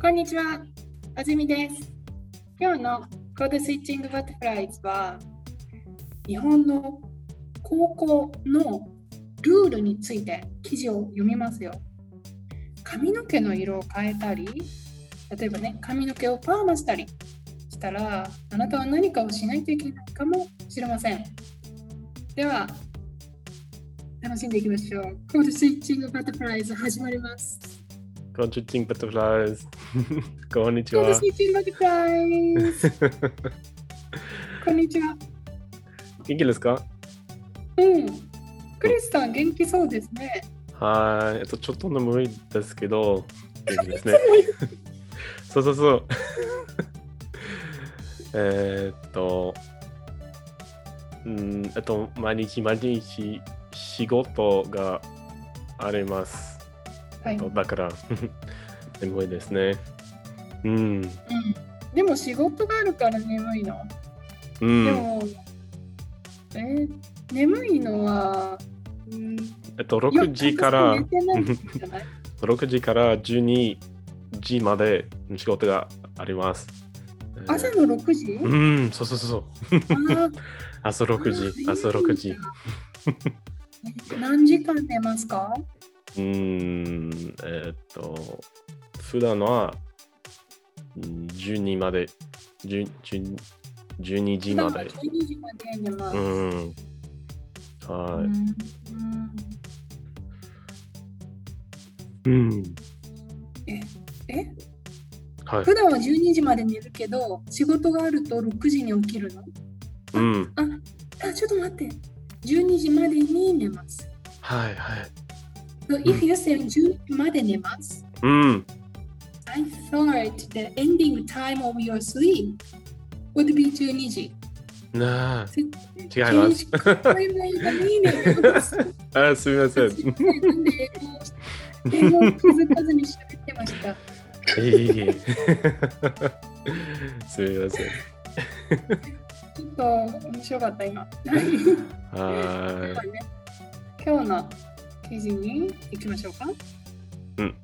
こんにちは、あずみです。今日のコードスイッチングバタフライズは、日本の高校のルールについて記事を読みますよ。髪の毛の色を変えたり、例えばね、髪の毛をパーマしたりしたら、あなたは何かをしないといけないかもしれません。では、楽しんでいきましょう。コードスイッチングバタフライズ始まります。コンチュッチングバタフライズ。こんにちコードはス。イッチングバタフライズ。 こんにちは。元気ですかうん。クリスさん、元気そうですね。はーい。えっと、ちょっと眠いですけど、元気ですいね。そうそう そう。えーっと、うん、えっと、毎日毎日仕事があります。つもはい。うだ から、眠いですね。うん。ん。でも仕事があるから眠いの。うでん。も、えー眠いのは、うん、えっと、6時から夜。寝てないんじゃ ない6時から12時まで仕事があります。えー朝の6時うん、そうそうそうそう。あー朝6あ時、ー朝6時。。え 何時間寝ますかうん、えーっと、普段はうん12まで、10 10 12時まで。 12時まで寝ます。ううんん。はうんい。うん。ええはい普。段は12時まで寝るけど、仕事があると6時に起きるのうん。あ、あちょっと待って。12時までに寝ます。はいはい。 So if you say 12時まで寝ます。うん。 I thought the ending time of your sleep would be 12時。なあ。違い違ます。これもいいかねいいね。私あすみません。なんで英語を英語を気づかずに喋ってました。いえいえいえすみません。ちょっと面白かった今。 でははね今日の記事に行きましょうか。ーい。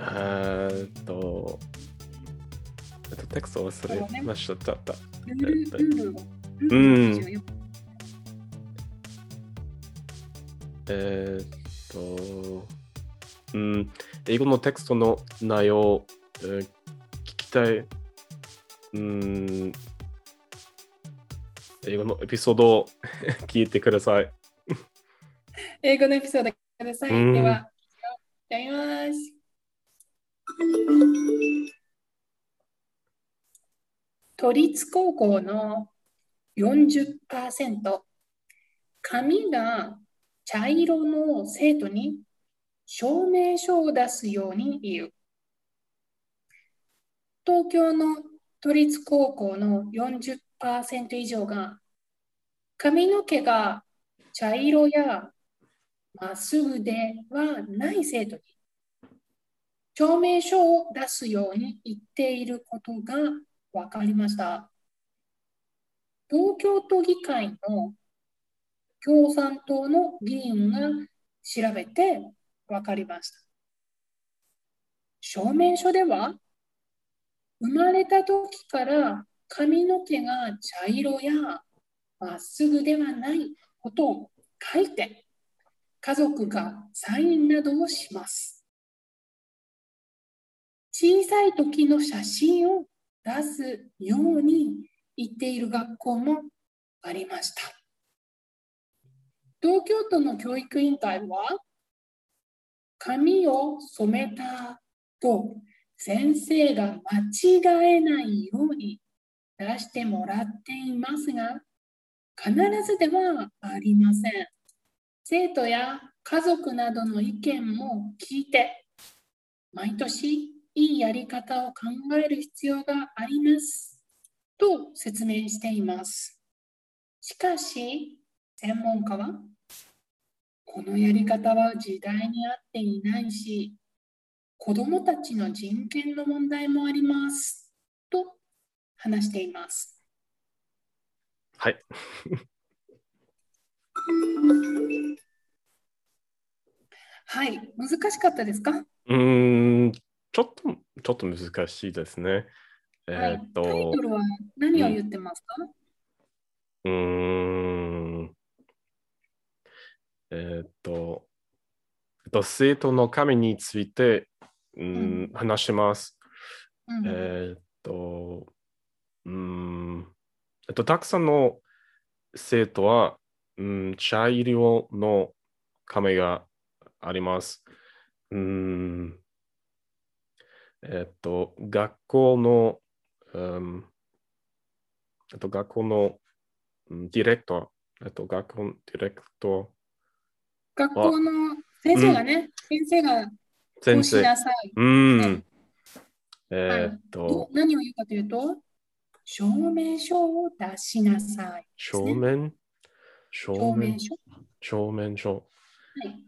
えーっと、えっと、テクスト忘れました。ちょっとルールえっとルールを。ルうんールの記事を読えーっと、うん、英語のテクストの内容を、えー聞きたい、うん、英語のエピソードを聞いてください。英語のエピソードください。うんでは、やります。都立高校の40%髪が茶色の生徒に証明書を出すように言う。東京の都立高校の40%以上が髪の毛が茶色やまっすぐではない生徒に証明書を出すように言っていることが分かりました。東京都議会の共産党の議員が調べて分かりました。証明書では生まれた時から髪の毛が茶色やまっすぐではないことを書いて家族がサインなどをします。小さい時の写真を出すように言っている学校もありました。東京都の教育委員会は、髪を染めたと先生が間違えないように出してもらっていますが、必ずではありません。生徒や家族などの意見も聞いて、毎年いいやり方を考える必要がありますと説明しています。しかし、専門家は、このやり方は時代に合っていないし、子どもたちの人権の問題もありますと話しています。 はい。はい、難しかったですかうーん、ちょっと、ちょっと難しいですね。はえいーっタイとト、ルは何を言ってますか、うーん、えーっと、えっと生徒の神について、ううんん、話します。うんえーっと、うーん、えっと、たくさんの生徒は、うん、茶色の亀があります。うーん、えっと、学校の、うん、えっと、学校のうんディレクター、えっと、学校のディレクター、学校の先生がね、先生がこう先しな生。さい。うん。えーっとど、何を言うかというと、証明書を出しなさい。正面証正明面書。正面書。はい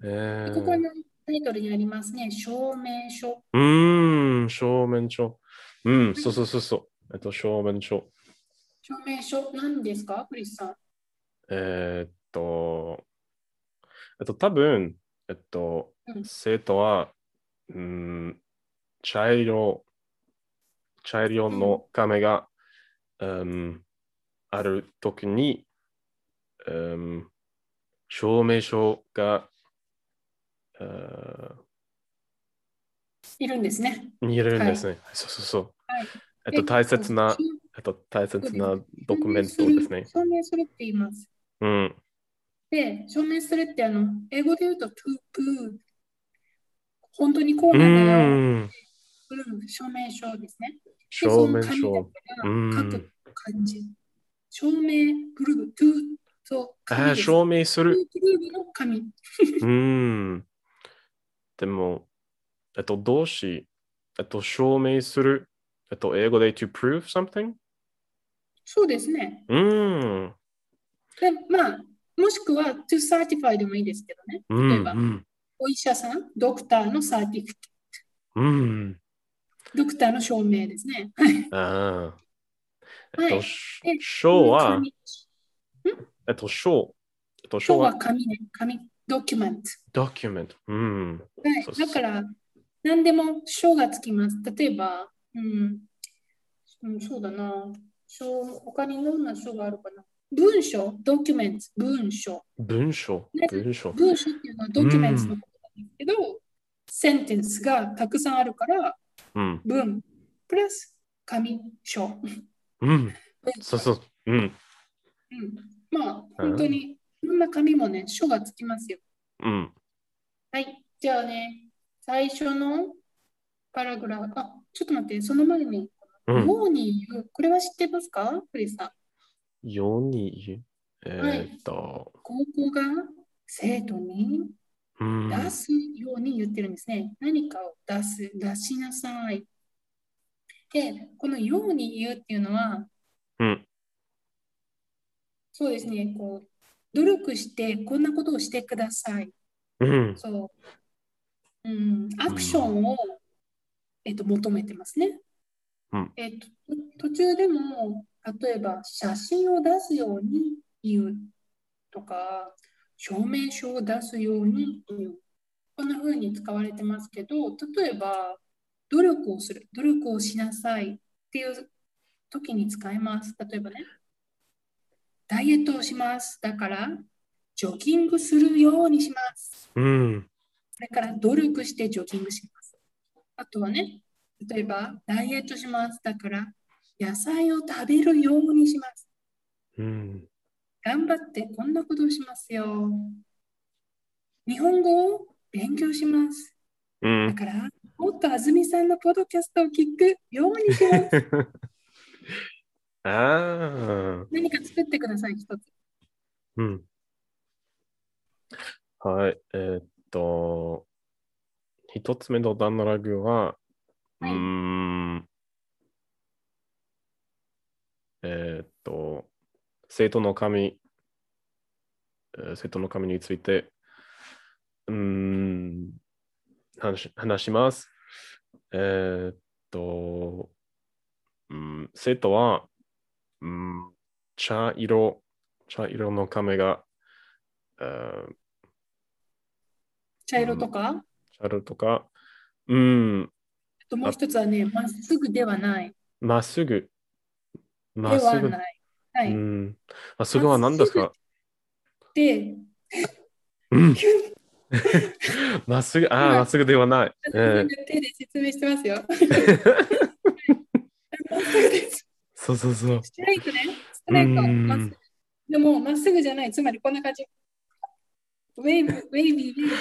えでーここのタイトルにありますね、証明書。うーん、正面書。うん、そうそうそうそう。えっと、正面書。証明書、何ですか、クリスさん。えーっと、えっと、多分、えっとう、ん生徒は、うーん、茶色、茶色の亀が、うん、あるときに、うん、証明書が、えーいるんですね。見えるんですね。そうそうそう。はいえっでと、大切な証、明えっと、大切そなうドキュメントですね。証明するって言います。うん。で、証明するってあの英語で言うと to prove。本当にこううなんだよ。ーん。うん、証明書ですね。で正面その書。紙だけが書く感じ。証明、プルブ、トゥ、そう、あ紙あ、です。証明すトゥる。プルーブの紙。うーん。でも、えっと、動詞、えっと、証明する。えっと、英語で to prove something? そうですね。うーん。で、まあ、もしくは to certify でもいいですけどね。うん。例えばうんお医者さん、ドクターのサーティフィうん。ドクターの証明ですね。ああ。えはっいと、しで書は、紙えっと、書。えっと、今書日はは、紙ね、紙、ドキュメント。ドキュメント。うん。はいそう、そうだから、何でも賞がつきます。例えば、うん、うん、そうだな。賞、他にどんな賞があるかな。文章、ドキュメント、文章。文章ね。文章。文章っていうのはドキュメントのことなんですけど、センテンスがたくさんあるから、うん。文、プラス、紙、書。うん。そうそう。うん。うん、まあ、本当に、いろんな紙もね、賞がつきますよ。うん。はい、じゃあね、最初のパラグラフ、あ、ちょっと待って、その前に、うん。ように言う、これは知ってますかクリスさん。世に言うえーっと、高校が生徒にうん。出すように言ってるんですね。何かを出す、出しなさい。で、このように言うっていうのは、うんそうですね、こう、努力してこんなことをしてください。うん。そう。うん、アクションを、えっと、求めてますね。うんえっと、と途中でも、例えば、写真を出すように言うとか、証明書を出すように言う。こんな風に使われてますけど、例えば、努力をする、努力をしなさいっていう時に使えます。例えばね、ダイエットをします。だから、ジョギングするようにします。うん。それから努力してジョギングします。あとはね、例えばダイエットします。だから野菜を食べるようにします。うん。頑張ってこんなことをしますよ。日本語を勉強します。うだ ん。からもっとあずみさんのポッドキャストを聞くようにし ます。ああ。何か作ってください、一つ。うん。はい。えーっと、一つ目のダンラグは、うはーいん。えーっと、生徒の神、えー生徒の神について、うーん、話し話します。えーっと、うん、生徒は、うん、茶色、茶色の亀が、えー茶色とか、あチャルとか、うん、ともう一つはね、まっすぐではない。まっすぐ。でまっすはぐ。ない。はうい。ん。まっすぐは何ですかで、うん。まっすぐ、ああ、今まっすぐではない。私えが手で説明してます よ。まっすぐですそうそうそう。ストレートね。ストレート。うんまっすぐでも、まっすぐじゃない。つまり、こんな感じ。ウェーブ、ウェービーで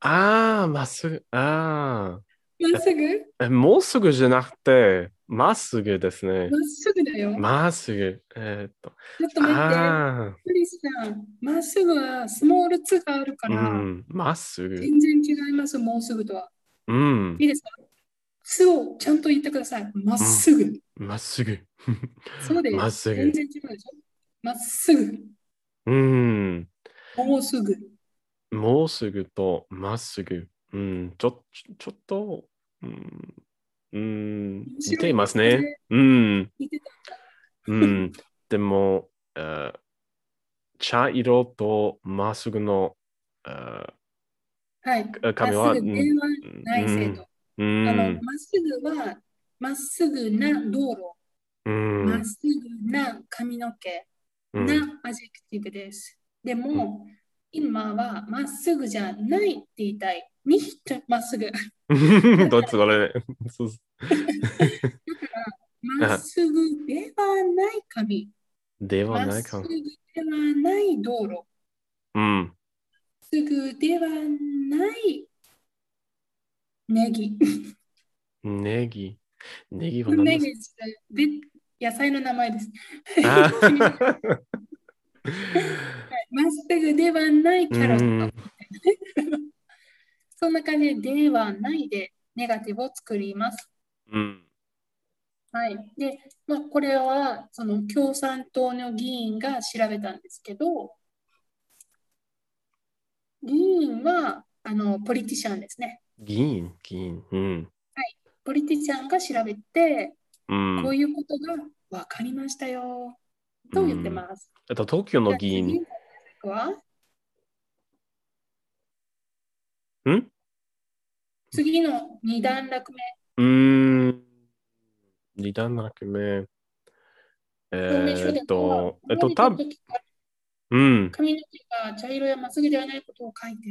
ああ、まっすぐ、あまっすぐあ。えもうすぐじゃなくて、まっすぐですね。まっすぐだよ。まっすぐ。えーっと。ちょっと待って。あクリスさん、まっすぐはスモール2があるかあ、うら、ん。まっすぐ。全然違います、もうすぐとは。うんい。いですかすをちゃんと言ってください。まっすぐ。まっすぐ。そうです。まっす全ぐ。然違うでしょまっすぐ。うん。もうすぐ。もうすぐとまっすぐ。うん。ちょ、ちょちょっと、うん。うん。似ています面白いですねね。うん。似てたうん。でも、えー茶色とまっすぐの、えーはい。髪まは、っすうぐんではない生徒。うあのん。まっすぐは、まっすぐな道路、うまっん。すぐな髪の毛、うんなアジェクティブです。でも、今はまっすぐじゃないって言いたい。にひとまっす ぐ。どっちそれそうまっすぐではない髪。でまはなっいすかぐ。ではない道路。うん。すぐではないネギ。ネギ。ネギは 何ネですギで野菜の名前です。あまっすぐではないキャロット。 うんそんな感じで、ではないでネガティブを作ります。うん。はい。で、まあ、これはその共産党の議員が調べたんですけど、議員はあのポリティシャンですね。議員、議員。うん。ポリティシャンが調べて、うんこういうことが分かりましたよ。と言ってます。えっと、東京の議じゃ員。あ次の項目はん次の2段落目、うーん。二段落目。え証明書ーでっもと、えっと、生たまれた時からうん。髪の毛が茶色やまっすぐではないことを書いて、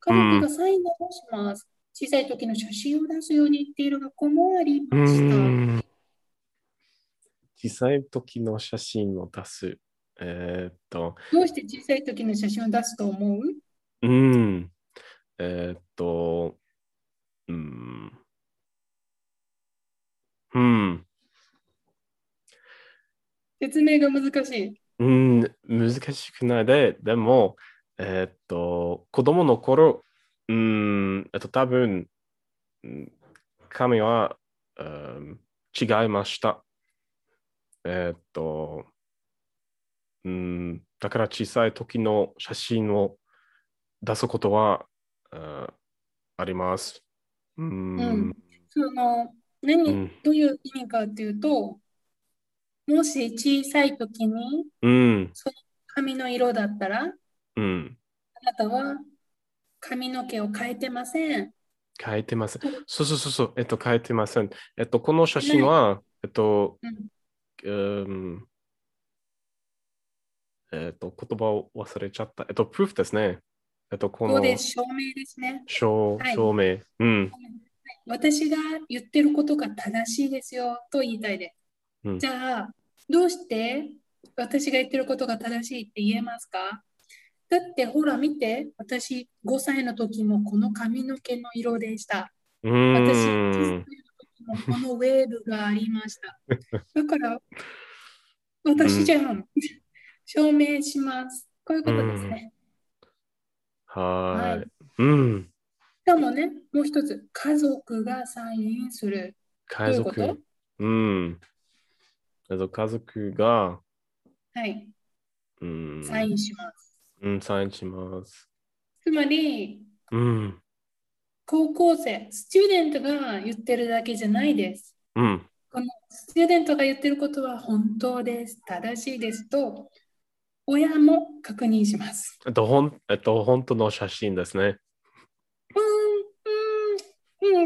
家族がサインをします。小さい時の写真を出すように言っている学校もありうました。ん。小さい時の写真を出す。えーっと、どうして小さい時の写真を出すと思ううん。えーっと、うん。うん。説明が難しい。うん、難しくないで、でも、えーっと、子供の頃、うん、えっと、多分、うん髪は、うん、違いました。えーっと、うん、だから小さい時の写真を出すことは、うんあります。うん、うんその何、うんどういう意味かというと、もし小さい時にうん、髪の色だったら、あうん、なたは髪の毛を変えてません。変えてません。そうそうそうそう、えっと、変えてません。えっと、この写真は、えっと、うんうんえっと、言葉を忘れちゃった。えっと、プーフですね。えっと、そこうのです、証明ですね。証はい証明。うん。私が言ってることが正しいですよと言いたいです。うんじゃあ、どうして私が言ってることが正しいって言えますかだってほら見て、私5歳の時もこの髪の毛の色でした。う私10ーん。歳の時もこのウェーブがありました。だから、私じゃ ん。証明します。こういうことですね。はー。はいうん。しかもね、もう一つ、家族がサインする。ど家ういう族。うん。えっと、家族が、はい、うん。サインします。うん、サインします。つまり、うん。高校生、スチューデントが言ってるだけじゃないです。うん。このスチューデントが言ってることは本当です、正しいですと、親も確認します。えっと、ほん、えっと、本当の写真ですね。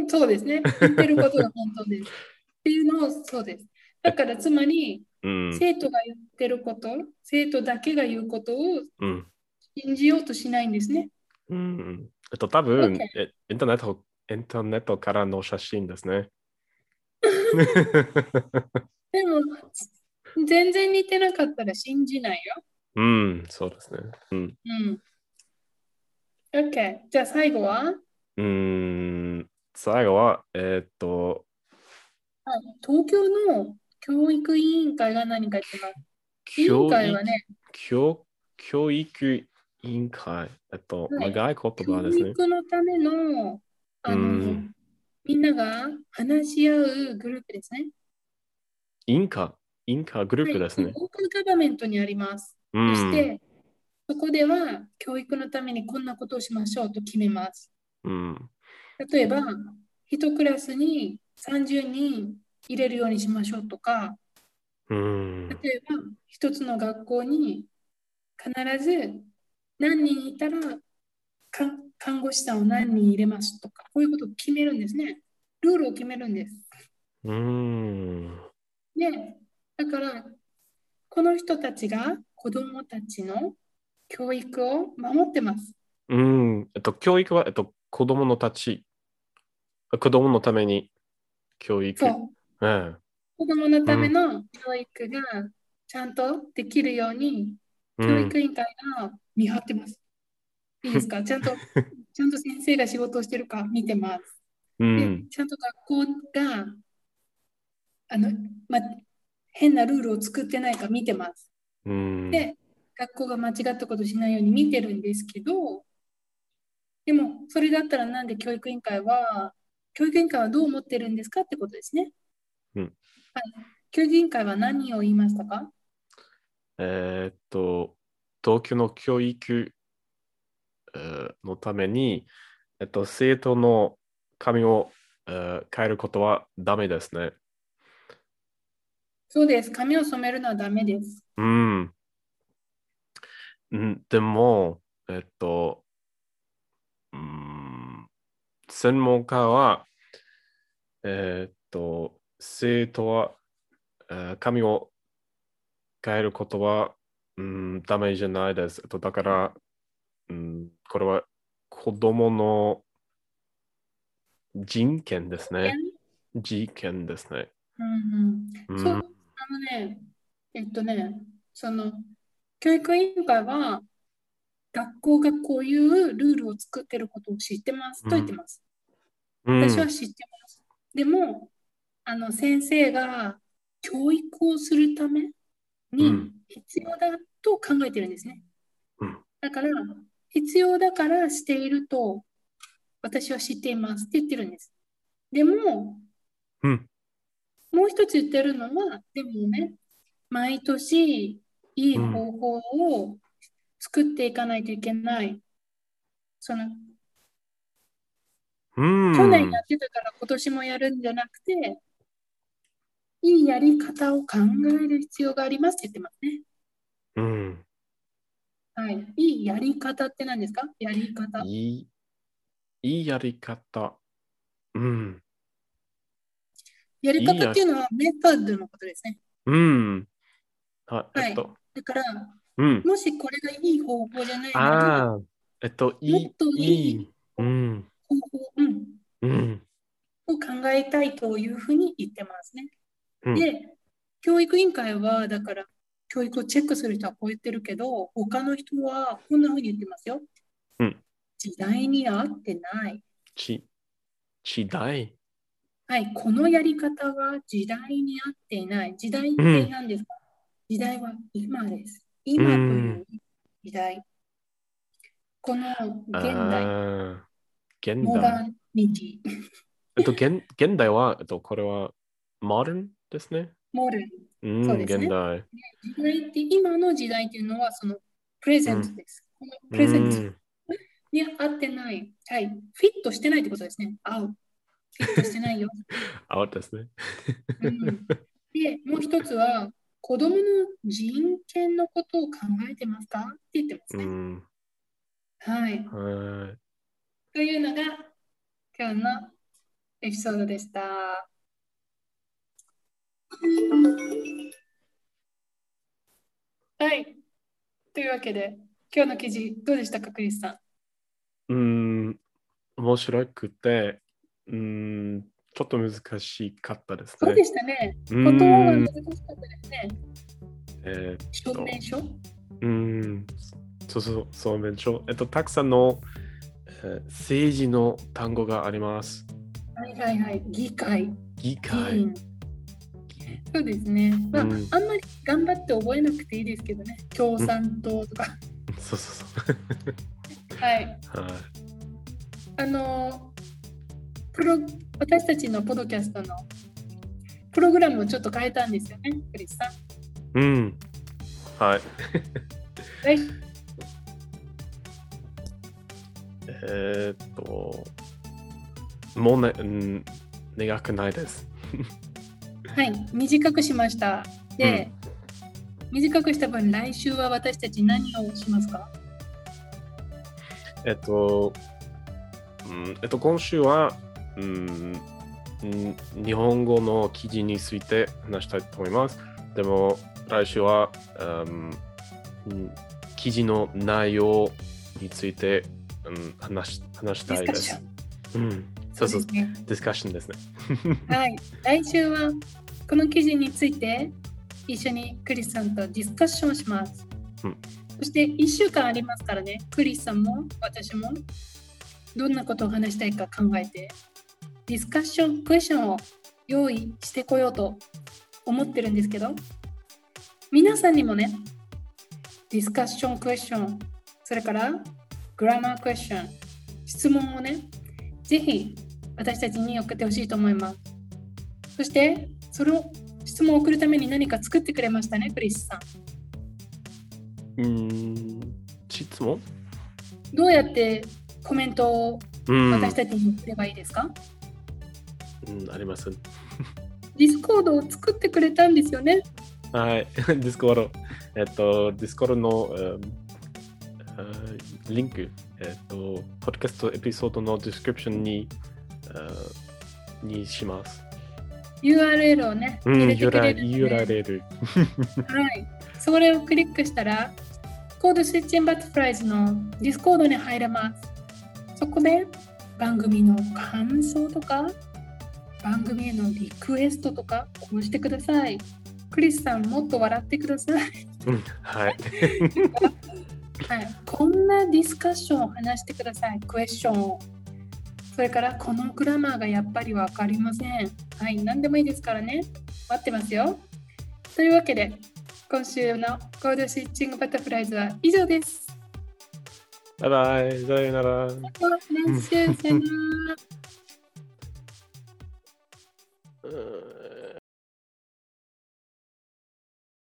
そうですね。言ってることが本当です。っていうのをそうです。だからつまり、うん。生徒が言ってること、生徒だけが言うことをうん。信じようとしないんですね。うん。えっと、多分 OK えインターネット、インターネットからの写真ですね。でも、全然似てなかったら信じないよ。うん、そうですね。うん。うん。OK。じゃあ最後は、うん、最後は、えっと、はい東京の教育委員会が何か言ってます。委教員育会はね、教教育委員会。えっと、はい長い言葉教ですね。育のためのあの、うんみんなが話し合うグループですね。委員会、委員会グループですはねい。。ローカルガバメントにあります。うそしん。て、そこでは教育のためにこんなことをしましょうと決めます。うん。例えば、一クラスに30人入れるようにしましょうとか、うん。例えば、一つの学校に必ず何人いたらか看護師さんを何人入れますとか、こういうことを決めるんですね。ルールを決めるんです。うん。で、だから、この人たちが子供たちの教育を守ってます。うん。えっと、教育は、えっと、子供のたち、あ子供のために教育。そう。うん。子供のための教育がちゃんとできるように、う教ん育委員会が見張ってます。いいですかちゃん と、ちゃんと先生が仕事をしてるか見てます。うでん。ちゃんと学校があの、ま、変なルールを作ってないか見てます。うん。で学校が間違ったことしないように見てるんですけどでもそれだったらなんで教育委員会は教育委員会はどう思ってるんですかってことですね。うんはい、教育委員会は何を言いましたかえーっと、東京の教育えーのために、えっと、生徒の髪をえー変えることはダメですね。そうです髪を染めるのはダメです。うん。んでも、えっと、うん、専門家は、えっと、生徒は、えー髪を変えることは、うん、ダメじゃないです。えっと、だから、うん、これは子供の人権ですね。人権ですね。うんううんん、そうあのねえっとねその教育委員会は学校がこういうルールを作ってることを知ってますと言ってます。うん私は知ってます。でも、あの先生が教育をするためうにん必要だと考えてるんですね。うんだから、必要だからしていると私は知っていますって言ってるんです。でも、うんもう一つ言ってるのは、でもね、毎年いい方法を作っていかないといけない。そのうん去年やってたから今年もやるんじゃなくて、いいやり方を考える必要がありますって言ってますね。うんはい。いいやり方って何ですかやり方。いい、いいやり方。うん。やり方っていうのはメソッドのことですね。うん。ははいえっと、だから、うん。もしこれがいい方法じゃないなら、ああ、えっと、いもっといい、いいい。うん。方法、うん、うん。を考えたいというふうに言ってますね。うんで、教育委員会は、だから、教育をチェックする人はこう言ってるけど、他の人はこんなふうに言ってますよ。うん時代に合ってない。ち、時代。はい、このやり方は時代に合っていない。時代ってうん何ですか、時代は今です。今という時代。この現代、ああ、現モダ代。ンニティ、えっと、現現代は、えっと、これは、モダンですね。モダン。うん、そうですね現代。時代って、今の時代っていうのはそのプレゼントです。このプレゼンうトんに合ってない。はい、フィットしてないってことですね。合う。フィットしてないよ。あ、ですね。うんで、もう一つは、子供の人権のことを考えてますかって言ってますうね。ん。はい。はい。というのが今日のエピソードでした。はい。というわけで、今日の記事、どうでしたか、クリスさん。うん、面白くて、うん、ちょっと難しかったですそうでね。したね。う言葉がん難しかったですね。えー証明書うん、そうそう、そうめんちょ。えっと、たくさんの、えー政治の単語があります。はいはいはい。議会。議議会。員そうですね。まあ、うんあんまり頑張って覚えなくていいですけどね。共産党とか。そうそうそう。はい。はい。あのプロ私たちのポドキャストのプログラムをちょっと変えたんですよね、クリスさん。うん。はい。来えーっと、もうね、うん、長くないです。はい、短くしました。で、短くした分、来週は私たち何をしますかえっと、うん、えっと、今週は、うん、うん日本語の記事について話したいと思います。でも、来週は、うんうん、記事の内容について、うん、話し話したいです。うん、そうそう、ですね。ディスカッションですね。はい、来週はこの記事について一緒にクリスさんとディスカッションします。うんそして1週間ありますからね、クリスさんも私もどんなことを話したいか考えてディスカッション、クエスチョンを用意してこようと思ってるんですけど、皆さんにもね、ディスカッション、クエスチョン、それからグラマークエスチョン、質問をね、ぜひ私たちに送ってほしいと思います。そして、その質問を送るために何か作ってくれましたね、クリスさん。うん、質問どうやってコメントをうん、私たちに送ればいいですか、うん、あります。ディスコードを作ってくれたんですよね。はい、 ディスコード、えっと、ディスコードの、うんあーリンク、えっと、ポッドキャストエピソードのディスクリプションに、あーにします。 URL をね、うん、入れてくれる、ね URL。はい。それをクリックしたら、コードスイッチンバタフライズのディスコードに入れます。そこで番組の感想とか、番組へのリクエストとか、こうしてください。クリスさん、もっと笑ってください。うん、 はい。はい、こんなディスカッションを話してください、クエスチョンを。それから、このグラマーがやっぱりわかりません。はい、何でもいいですからね。待ってますよ。というわけで、今週のコードスイッチングバタフライズは以上です。バイバイ、さよなら。練習せなら。うん